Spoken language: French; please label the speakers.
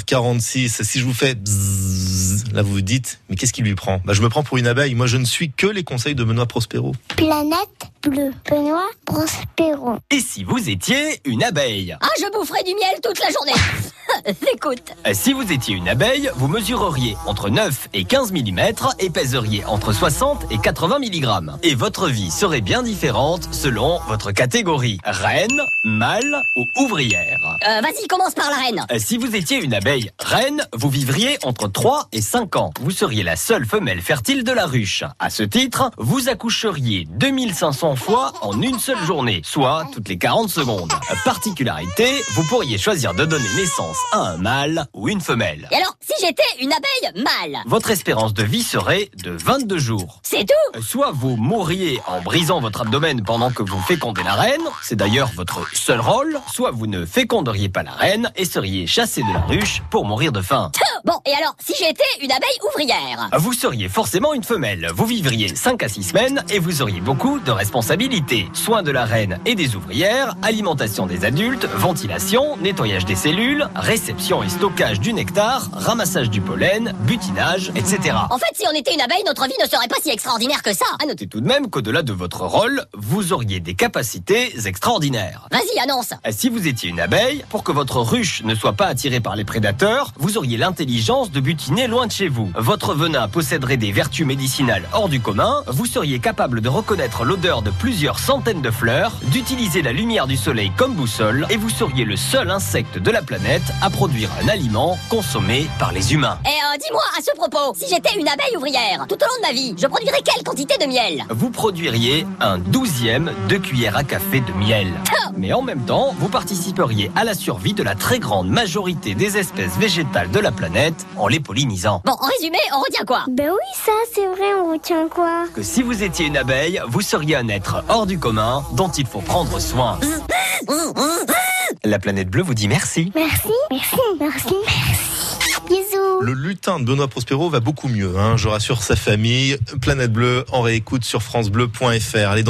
Speaker 1: 8h46. Si je vous fais bzzz, là vous vous dites, mais qu'est-ce qui lui prend bah, Je me prends pour une abeille. Moi, je ne suis que les conseils de Benoît Prospero.
Speaker 2: Planète bleue. Benoît Prospero.
Speaker 3: Et si vous étiez une abeille
Speaker 4: Ah, je boufferai du miel toute la journée. Écoute.
Speaker 3: Euh, Si vous étiez une abeille, vous mesureriez entre 9 et 15 mm et pèseriez entre 60 et 80 mg. Et votre vie serait bien différente selon votre catégorie. Reine, mâle ou ouvrière.
Speaker 4: Euh, Vas-y, commence par la reine.
Speaker 3: Euh, Si vous étiez une abeille reine, vous vivriez entre 3 et 5 ans. Vous seriez la seule femelle fertile de la ruche. À ce titre, vous accoucheriez 2500 fois en une seule journée, soit toutes les 40 secondes. Particularité, vous pourriez choisir de donner naissance à un mâle ou une femelle.
Speaker 4: Et alors, si j'étais une abeille mâle
Speaker 3: Votre espérance de vie serait de 22 jours.
Speaker 4: C'est tout
Speaker 3: Soit vous mourriez en brisant votre abdomen pendant que vous fécondez la reine, c'est d'ailleurs votre seul rôle, soit vous ne féconderiez pas la reine et seriez chassé de la ruche pour mourir de faim.
Speaker 4: Bon, et alors, si j'étais une abeille ouvrière
Speaker 3: Vous seriez forcément une femelle, vous vivriez 5 à 6 semaines et vous auriez beaucoup de responsabilités. Soins de la reine et des ouvrières, alimentation des adultes, ventilation, nettoyage des cellules, réception et stockage du nectar, ramassage du pollen, butinage, etc.
Speaker 4: En fait, si on était une abeille, notre vie ne serait pas si extraordinaire que ça. Ah,
Speaker 3: À noter tout de même qu'au-delà de votre rôle, vous auriez des capacités extraordinaires.
Speaker 4: Vas-y, annonce.
Speaker 3: Eh, Si vous étiez une abeille, pour que votre ruche ne soit pas attirée par les prédateurs, vous auriez l'intelligence de butiner loin de chez vous. Votre venin posséderait des vertus médicinales hors du commun, vous seriez capable de reconnaître l'odeur de plusieurs centaines de fleurs, d'utiliser la lumière du soleil comme boussole, et vous seriez le seul insecte de la planète à produire un aliment consommé par les humains.
Speaker 4: Et euh, dis-moi à ce propos, si j'étais une abeille ouvrière, tout au long de ma vie, je produirais quelle quantité de miel
Speaker 3: Vous produiriez un douzième de cuillère à café de miel. Mais en même temps, vous participeriez à la survie de la très grande majorité des espèces végétales de la planète en les pollinisant.
Speaker 4: Bon, en résumé, on retient quoi
Speaker 2: Ben oui, ça, c'est vrai, on retient quoi
Speaker 3: Que si vous étiez une abeille, vous seriez un être hors du commun dont il faut prendre soin. La planète bleue vous dit merci.
Speaker 2: Merci, merci, merci, merci. Bisous.
Speaker 1: Le lutin de Benoît Prospero va beaucoup mieux. hein. Je rassure sa famille. Planète Bleue en réécoute sur francebleu.fr. Allez, dans